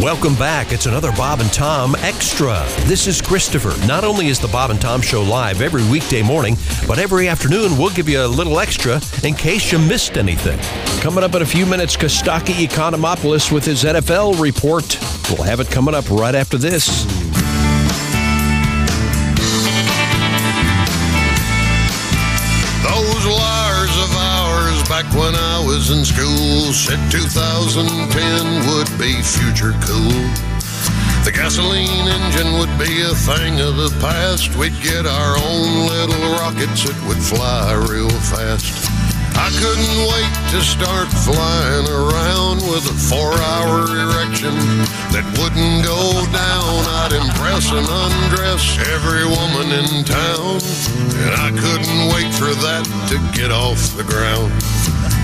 Welcome back. It's another Bob and Tom Extra. This is Christopher. Not only is the Bob and Tom Show live every weekday morning, but every afternoon we'll give you a little extra in case you missed anything. Coming up in a few minutes, Kostaki Economopoulos with his NFL report. We'll have it coming up right after this. Those liars of ours back when I was in school said 2010 would be future cool. The gasoline engine would be a thing of the past. We'd get our own little rockets that would fly real fast. I couldn't wait to start flying around with a four-hour erection that wouldn't go down. I'd impress and undress every woman in town, and I couldn't wait for that to get off the ground.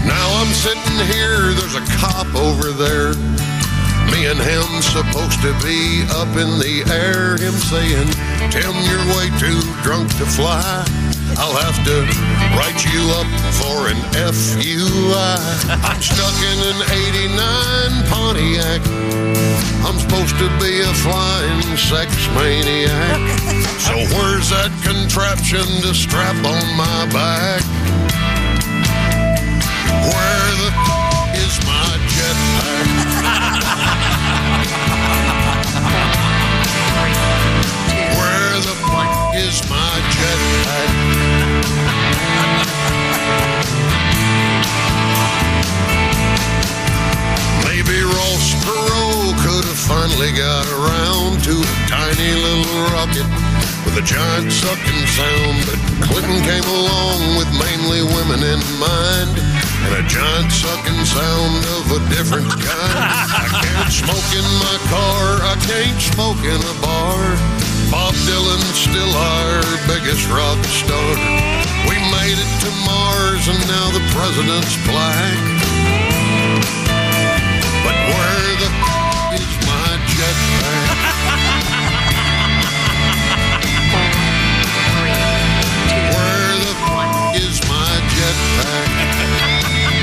Now I'm sitting here, there's a cop over there. Me and him supposed to be up in the air, him saying, Tim, you're way too drunk to fly. I'll have to write you up for an FUI. I'm stuck in an 89 Pontiac. I'm supposed to be a flying sex maniac. So where's that contraption to strap on my back? Where the is my jetpack? Where the fuck is my jetpack? Maybe Ross Perot could have finally got around to a tiny little rocket with a giant sucking sound, but Clinton came along with mainly women in mind and a giant sucking sound of a different kind. I can't smoke in my car, I can't smoke in a bar. Bob Dylan's still our biggest rock star. We made it to Mars and now the president's black. But where the is my jetpack? Where the is my jetpack?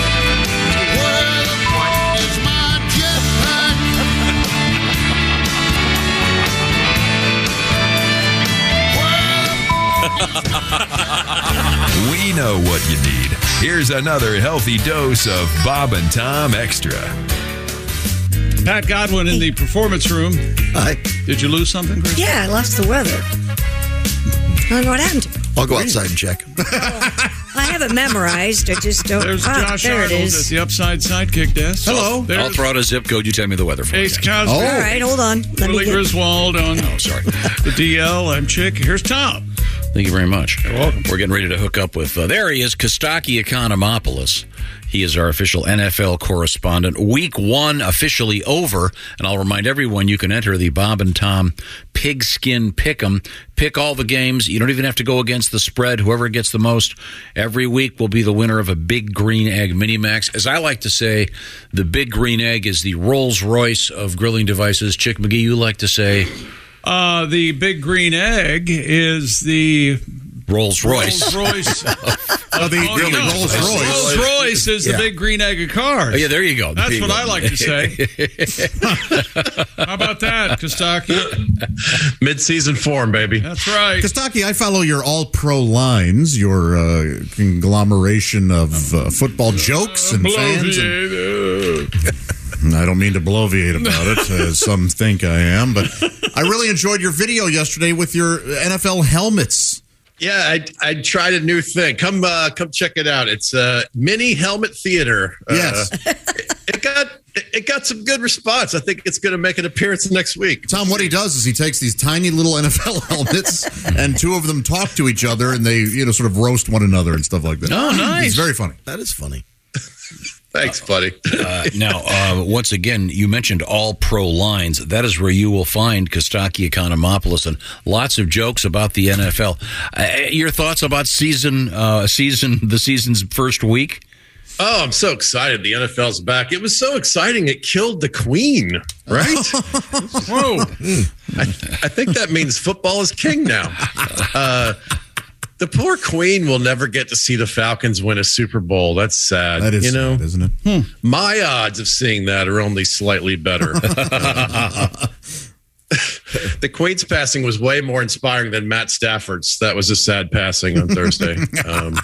Where the is my jetpack? Where the We know what you need. Here's another healthy dose of Bob and Tom Extra. Pat Godwin in the performance room. Hi. Did you lose something, Chris? Yeah, I lost the weather. I don't know what happened to it. I'll go outside and check. I haven't memorized. I just don't. There's Ah, Josh there it Arnold at is. the upside sidekick desk. Oh, Hello. There's I'll throw out a zip code. You tell me the weather for Ace me. Cosby. Oh. All right, hold on. Let me Willie get. Griswold on Oh, sorry. the DL. I'm Chick. Here's Tom. Thank you very much. You're welcome. We're getting ready to hook up with. Uh, there he is, Kostaki Economopoulos. He is our official NFL correspondent. Week one officially over, and I'll remind everyone you can enter the Bob and Tom Pigskin Pick'em. Pick all the games. You don't even have to go against the spread. Whoever gets the most every week will be the winner of a Big Green Egg Mini Max. As I like to say, the Big Green Egg is the Rolls Royce of grilling devices. Chick McGee, you like to say Uh, the big green egg is the Rolls Royce. Rolls Royce. Oh, the, Oh, no. Rolls Royce is the big green egg of cars. Oh, yeah, there you go. That's There you what go. Oh, I like to say. How about that, Kostaki? Mid-season form, baby. That's right. Kostaki, I follow your all pro lines, your uh, conglomeration of uh, football jokes and fans. And I don't mean to bloviate about it, as some think I am, but I really enjoyed your video yesterday with your NFL helmets. Yeah, I, I tried a new thing. Come uh, come check it out. It's uh, mini helmet theater. Uh, Yes. it got it got some good response. I think it's going to make an appearance next week. Tom, what he does is he takes these tiny little NFL helmets, and two of them talk to each Oh, other, and they you know sort of roast one another and stuff like that. Oh, nice. It's very funny. That is funny. Thanks, buddy. Uh, now, uh, once again, you mentioned all pro lines. That is where you will find Kostaki Economopoulos and lots of jokes about the NFL. Uh, your thoughts about season, uh, season, the season's first week? Oh, I'm so excited. The NFL's back. It was so exciting. It killed the queen, right? Whoa. I, I think that means football is king now. Uh, the poor queen will never get to see the Falcons win a Super Bowl. That's sad. That is, you know, sad, isn't it? my odds of seeing that are only slightly better. the Queen's passing was way more inspiring than Matt Stafford's. That was a sad passing on Thursday. Um,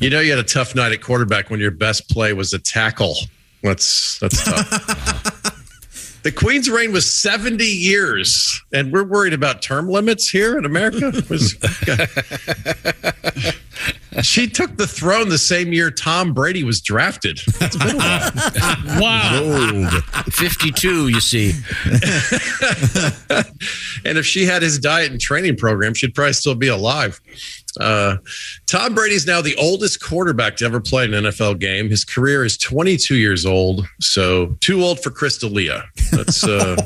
you know, you had a tough night at quarterback when your best play was a tackle. That's that's tough. the Queen's reign was 70 years, and we're worried about term limits here in America. It was- she took the throne the same year Tom Brady was drafted. It's been a while. Wow. 52, you see. And if she had his diet and training program, she'd probably still be alive. Uh, Tom Brady's now the oldest quarterback to ever play an NFL game. His career is 22 years old, so too old for Crystalia. That's uh,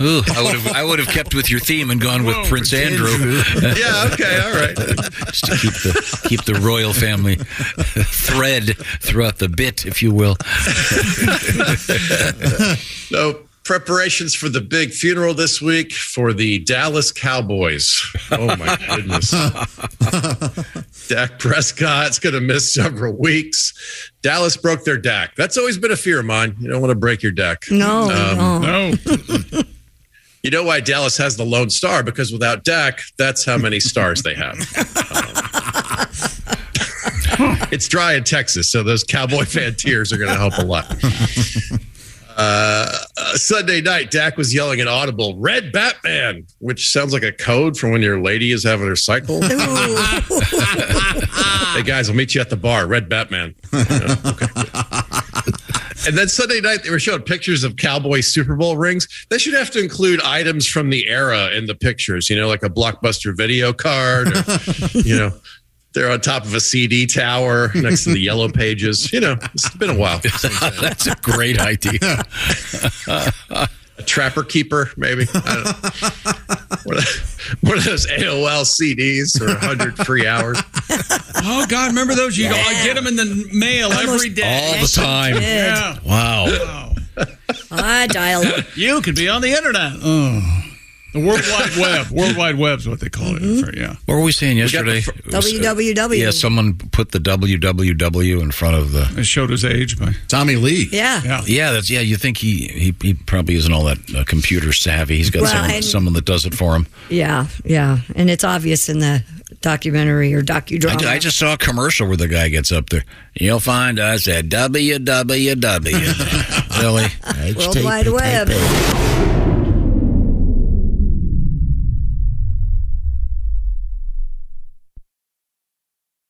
Ooh, I would have I would have kept with your theme and gone with Prince Andrew yeah, okay, all right. just to keep the keep the royal family thread throughout the bit, if you will. So preparations for the big funeral this week for the Dallas Cowboys. Oh my goodness. Dak Prescott's going to miss several weeks. Dallas broke their Dak. That's always been a fear of mine. You don't want to break your Dak. No, Um, no. No. You know why Dallas has the lone star? Because without Dak, that's how many stars they have. Um, it's dry in Texas, so those cowboy fan tears are going to help a lot. Uh, Sunday night, Dak was yelling at Audible, Red Batman, which sounds like a code for when your lady is having her cycle. hey, guys, I'll meet you at the bar, Red Batman. Yeah, okay. And then Sunday night, they were showing pictures of cowboy Super Bowl rings. They should have to include items from the era in the pictures, you know, like a blockbuster video card, or, you know, they're on top of a CD tower next to the yellow pages. You know, it's been a while. That's a great idea. a trapper keeper, maybe. I don't know. one, of, one of those AOL CDs or 100 free hours. Oh God, remember those? You go, I get them in the mail every day. All the time. yeah. Wow. Wow. Ah, I dial up. You could be on the internet. Oh. The World Wide Web. World Wide Web's what they call it. Yeah. What were we saying yesterday? uh, www. Yeah, someone put the www in front of the. It showed his age by. Tommy Lee. yeah. Yeah. Yeah, that's yeah. You think he he, he probably isn't all that uh, computer savvy. He's got Well, someone, and- someone that does it for him. Yeah, yeah, and it's obvious in the documentary or I, docudrama. ju- I just saw a commercial where the guy gets up there. You'll find us at www. Really? World Wide Web.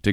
to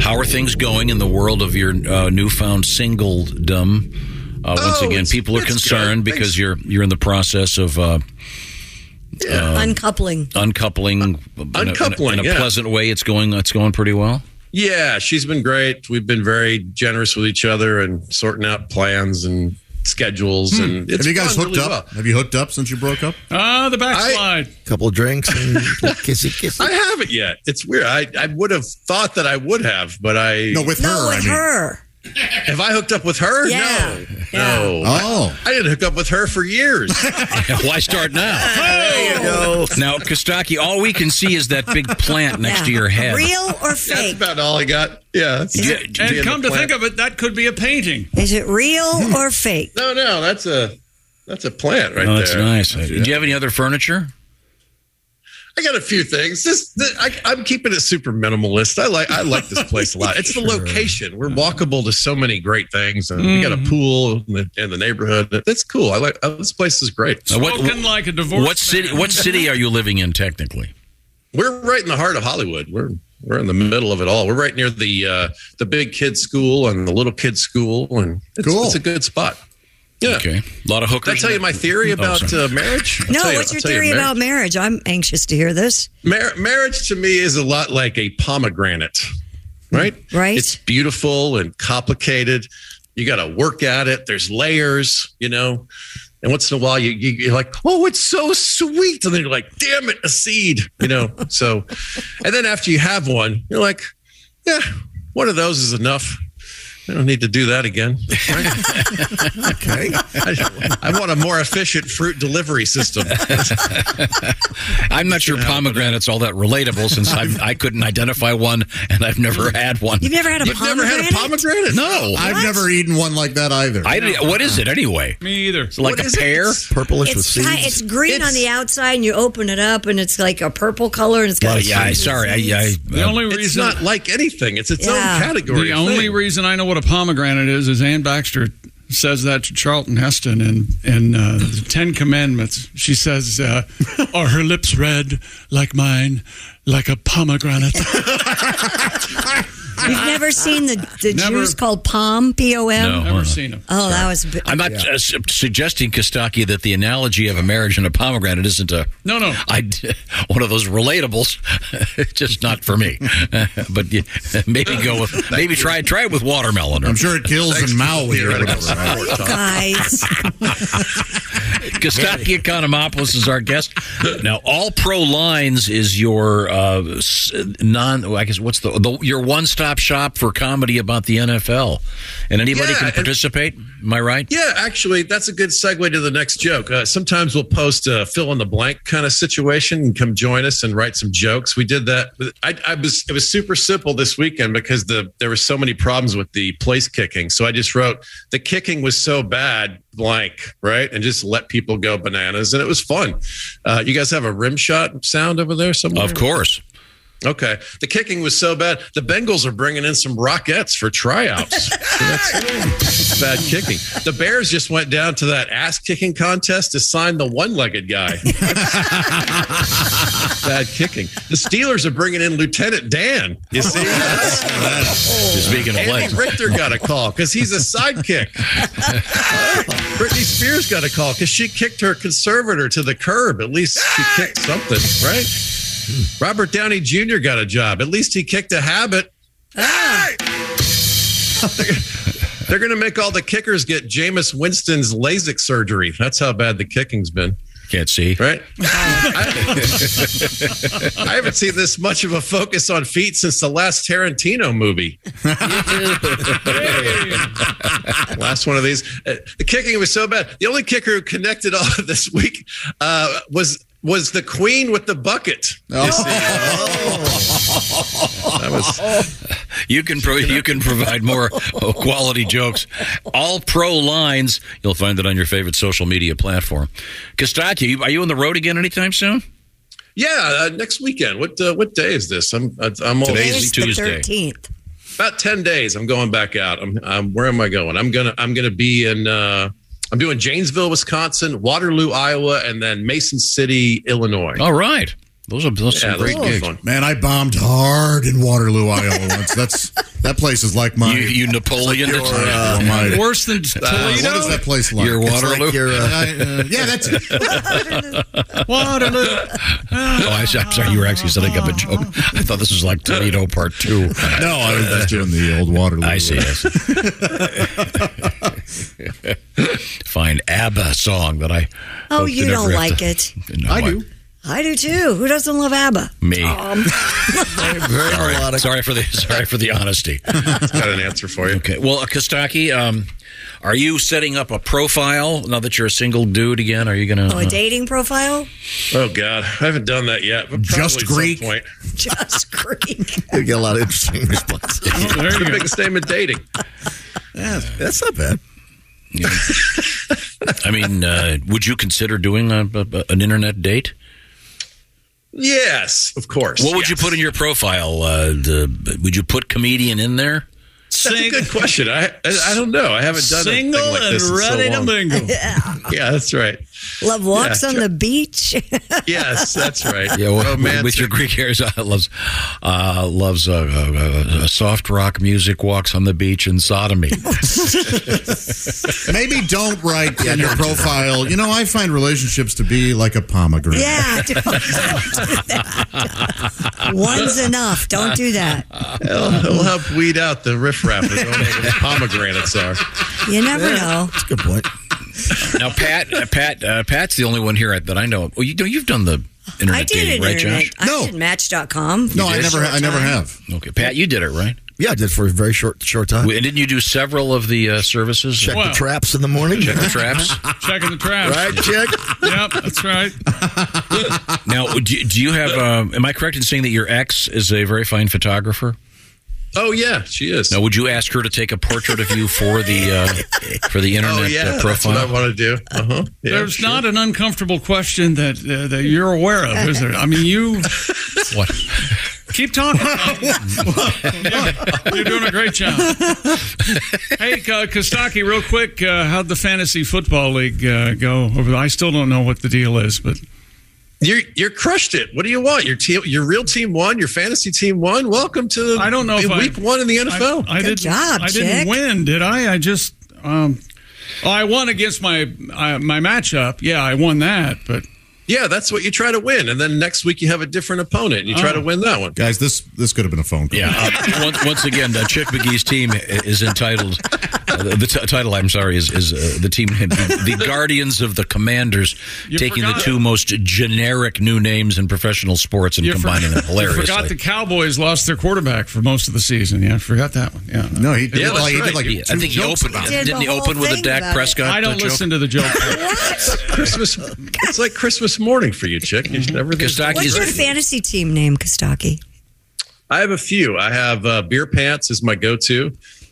How are things going in the world of your uh, newfound singledom? Uh, once Oh, again, it's- people are it's good. concerned because you're you're in the process of uh, uh, Uncoupling. uncoupling, Uh, in a- in a- in uncoupling, a, yeah. pleasant way. It's going it's going pretty well. Yeah, she's been great. We've been very generous with each other and sorting out plans and schedules. Hmm. And it's Have you guys gone hooked really up? Have you hooked up since you broke up? Ah, the backslide. Couple drinks and kissy kissy. I haven't yet. It's weird. I, I would have thought that I would have, but I No, with No, her, I with mean. her. Have I hooked up with her? Yeah. No, no. Oh. I, I didn't hook up with her for years. Why start now? Oh. there you go. Now, Kostaki, all we can see is that big plant next to your head. Real or That's fake? about all I got. Yeah. Yeah, And come to think of it, that could be a painting. Is it real or fake? no, no, that's a that's a plant right Oh, there. that's nice. Do you have any other furniture? I got a few things. This, th I, I'm keeping it super minimalist. I like I like this place a lot. It's the location. We're walkable to so many great things, and we got Mm-hmm. a pool in the, in the neighborhood. That's cool. I like uh, this place is great. Uh, what- Spoken like a divorce. what city? What city are you living in technically? We're right in the heart of Hollywood. We're we're in the middle of it all. We're right near the uh, the big kids school and the little kids school, and it's, Cool. it's a good spot. Yeah. Okay, a lot of hookers. Did I tell you my theory Oh, about sorry. uh, marriage? I'll No, tell you- what's I'll your tell you theory marriage. about marriage? I'm anxious to hear this. Mar- marriage to me is a lot like a pomegranate, right? Right. It's beautiful and complicated. You got to work at it. There's layers, you know. And once in a while, you, you you're like, oh, it's so sweet, and then you're like, damn it, a seed, you know. so, and then after you have one, you're like, yeah, one of those is enough. I don't need to do that again. Okay. I, I want a more efficient fruit delivery system. I'm not sure pomegranate's all that relatable since I've, I couldn't identify one and I've Mm-hmm. never had one. You've never had a You've never had a pomegranate? No, I've never eaten one like that either. I did, what is it anyway? Me either. Like What a is it? pear? Purplish with It's, seeds. ki- it's green on It's- the outside, and you open it up, and it's like a purple color, and it's got. Oh, yeah, I, sorry. I, uh, I, The only reason. It's not like anything. It's its Yeah. own category. the of only thing. reason I know what a pomegranate is is Ann Baxter says that to Charlton Heston in in uh, the Ten Commandments. She says, uh, "Are her lips red like mine, like a pomegranate?" You've never seen the, the Never. juice called Palm P O M. No. Never seen him. Oh, that was. bi- I'm not uh, su- suggesting, Kostaki, that the analogy of a marriage and a pomegranate isn't a No, no. I, one of those relatables. It's just not for me. but yeah, maybe go with maybe try try it with watermelon. Or, I'm sure it kills in Maui or theoretical whatever. right? support, Tom. oh, Guys, Kostaki Economopoulos is our guest. Now, All Pro Lines is your uh, s- non. I guess what's the, the your one stop shop for comedy about the NFL, and anybody Yeah, can and- participate. Am I right? Yeah, actually, that's a good segue to the next joke. Uh, sometimes we'll post a fill in the blank kind of situation and come join us and write some jokes. We did that. I, I was it was super simple this weekend because the there were so many problems with the place kicking. So I just wrote the kicking was so bad blank right and just let people go bananas and it was fun. Uh, you guys have a rim shot sound over there somewhere? Of course. Okay. The kicking was so bad. The Bengals are bringing in some rockets for tryouts. So that's bad kicking. The Bears just went down to that ass kicking contest to sign the one legged guy. bad kicking. The Steelers are bringing in Lieutenant Dan. You see, Speaking of Andy legs, Richter got a call because he's a sidekick. Britney Spears got a call because she kicked her conservator to the curb. At least she kicked something, right? Robert Downey Jr. got a job. At least he kicked a habit. Hey! They're going to make all the kickers get Jameis Winston's LASIK surgery. That's how bad the kicking's been, can't see. right? I, I haven't seen this much of a focus on feet since the last Tarantino movie. Last one of these. Uh, the kicking was so bad. The only kicker who connected all of this week uh, was was the queen with the bucket. You see? That was. You can pro- you can provide more uh, quality jokes. All pro lines. You'll find it on your favorite social media platform. Kostaki, are you on the road again anytime soon? Yeah, uh, next weekend. What uh, what day is this? I'm uh, I'm all- Today's the 13th. About ten days. I'm going back out. I'm, I'm where am I going? I'm gonna I'm gonna be in. Uh, I'm doing Janesville, Wisconsin, Waterloo, Iowa, and then Mason City, Illinois. All right, those are those are Oh, great gigs. Man, I bombed hard in Waterloo, Iowa once. That's that place is like my You, you Napoleon. It's like your, uh, my- Worse than Uh, Toledo. what is that place like? Your It's Waterloo? like your, uh, uh, yeah, that's it. Waterloo. Oh, I, I'm sorry. You were actually setting up a joke. I thought this was like Toledo Part Two. No, I was just doing the old Waterloo. I see. Yes. Fine ABBA song that I. Oh, hope to you never don't have like to- it. No, I do. I do too. Who doesn't love ABBA? Me. Um, sorry. sorry for the sorry for the honesty. Got an answer for you. Okay. Well, uh, Kostaki, um, are you setting up a profile now that you're a single dude again? Are you gonna? uh, oh, a dating profile? Oh God, I haven't done that yet. But Just probably at Greek? some Point. Just Greek. You get a lot of interesting responses. Oh, It's the biggest name in dating. Yeah, that's not bad. I mean, uh, would you consider doing a, a, a- an internet date? Yes, of course. What would you put in your profile? Uh, the, would you put comedian in there? That's a good question. I I, I don't know. I haven't done Single anything like and this in so ready to long. mingle. Yeah, that's right. Love walks Yeah, on sure. the beach. Yes, that's right. Yeah, well, Romantic. with your Greek hairs, uh, loves uh, loves uh, uh, uh, soft rock music, walks on the beach, and sodomy. Maybe don't write in your profile. You know, I find relationships to be like a pomegranate. yeah. Don't, don't do that. One's enough. Don't do that. It'll, it'll help weed out the riffraff. I don't know what the pomegranates are. You never know. That's a good point. now, Pat, uh, Pat, uh, Pat's the only one here that I know. of. Well, you know, you've done the internet I did dating, it. right, internet. Josh? Oh, I no. did Match.com. No, I never, I never have. Okay, Pat, you did it, right? Yeah, I did for a very short short time. And didn't you do several of the uh, services? Check Wow. the traps in the morning. Check the traps. Checking the traps. Right, check. Yep, that's right. now, do, do you have? Um, am I correct in saying that your ex is a very fine photographer? Oh yeah, she is. Now, Uh, would you ask her to take a portrait of you for the uh, for the internet oh yeah, uh, that's profile? what I want to do. Uh huh. Yeah, There's not an uncomfortable question that uh, that you're aware of, is there? I mean, you What? keep talking. you're, you're doing a great job. Hey, uh, Kostaki, real quick, uh, how'd the fantasy football league uh, go? Over I still don't know what the deal is, but You're you're crushed it. What do you want? Your team, your real team won. Your fantasy team won. Welcome to I don't know if I- week one in the NFL. I, I Good didn't, job, I Chick. didn't win, did I? I just um, oh, I won against my uh, my matchup. Yeah, I won that, but yeah, that's what you try to win, and then next week you have a different opponent. And you Oh. try to win that one. Guys, this this could have been a phone call. Yeah. Uh, once, once again, uh, Chick McGee's team i- is entitled. Uh, the t- title, I'm sorry, is, is uh, the team the, the Guardians of the Commanders, You taking the forgot- two most generic new names in professional sports and You for- combining them hilariously. I forgot the Cowboys lost their quarterback for most of the season. Yeah, I forgot that one. Yeah. No, he did Yeah, that's like, he did right. like Yeah, I two think he jokes opened. about it. Did Didn't the he open whole with a thing Dak about it. Prescott? uh, I don't joke? listen to the joke. Christmas. It's like Christmas morning for you, chick. You should never Kostaki What's your is fantasy team name, Kostaki? I have a few. I have uh, beer pants is my go-to.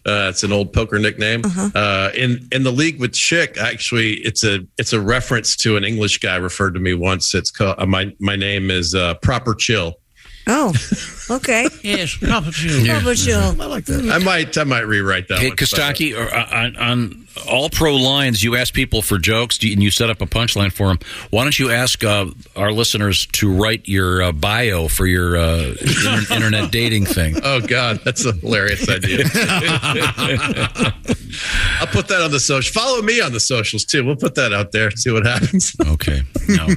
Uh, it's an old poker nickname. uh in in the league with Chick, actually, it's a it's a reference to an English guy referred to me once. It's called uh, my my name is uh, Proper Chill. Oh, okay. Yes, Oh, Papa Jew. How about you? Hmm. I might I might rewrite that. Hey, one. Kostaki, or, uh, on, on all pro lines, you ask people for jokes do you- and you set up a punchline for them. Why don't you ask uh, our listeners to write your uh, bio for your uh, inter- internet dating thing? Oh God, that's a hilarious idea. I'll put that on the social. Follow me on the socials too. We'll put that out there. See what happens. Okay. No.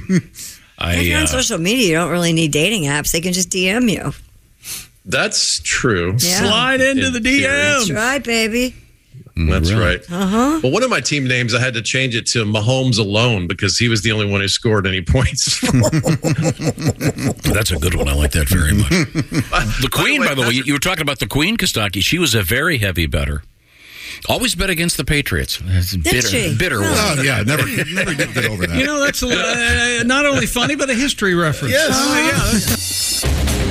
If I, you're on uh, social media, you don't really need dating apps. They can just DM you. That's true. Yeah. Slide into the That's DM. right, baby. That's mm, Really? right. Well, one of my team names, I had to change it to Mahomes alone because he was the only one who scored any points. that's a good one. I like that very much. The Queen, way, by the way, you, you were talking about the Queen, Kostaki. She was a very heavy better. Always bet against the Patriots. That's a bitter, she? bitter one. Oh, yeah, never, never did get over that. You know, that's a, li- uh, not only funny, but a history reference. Yes. yeah.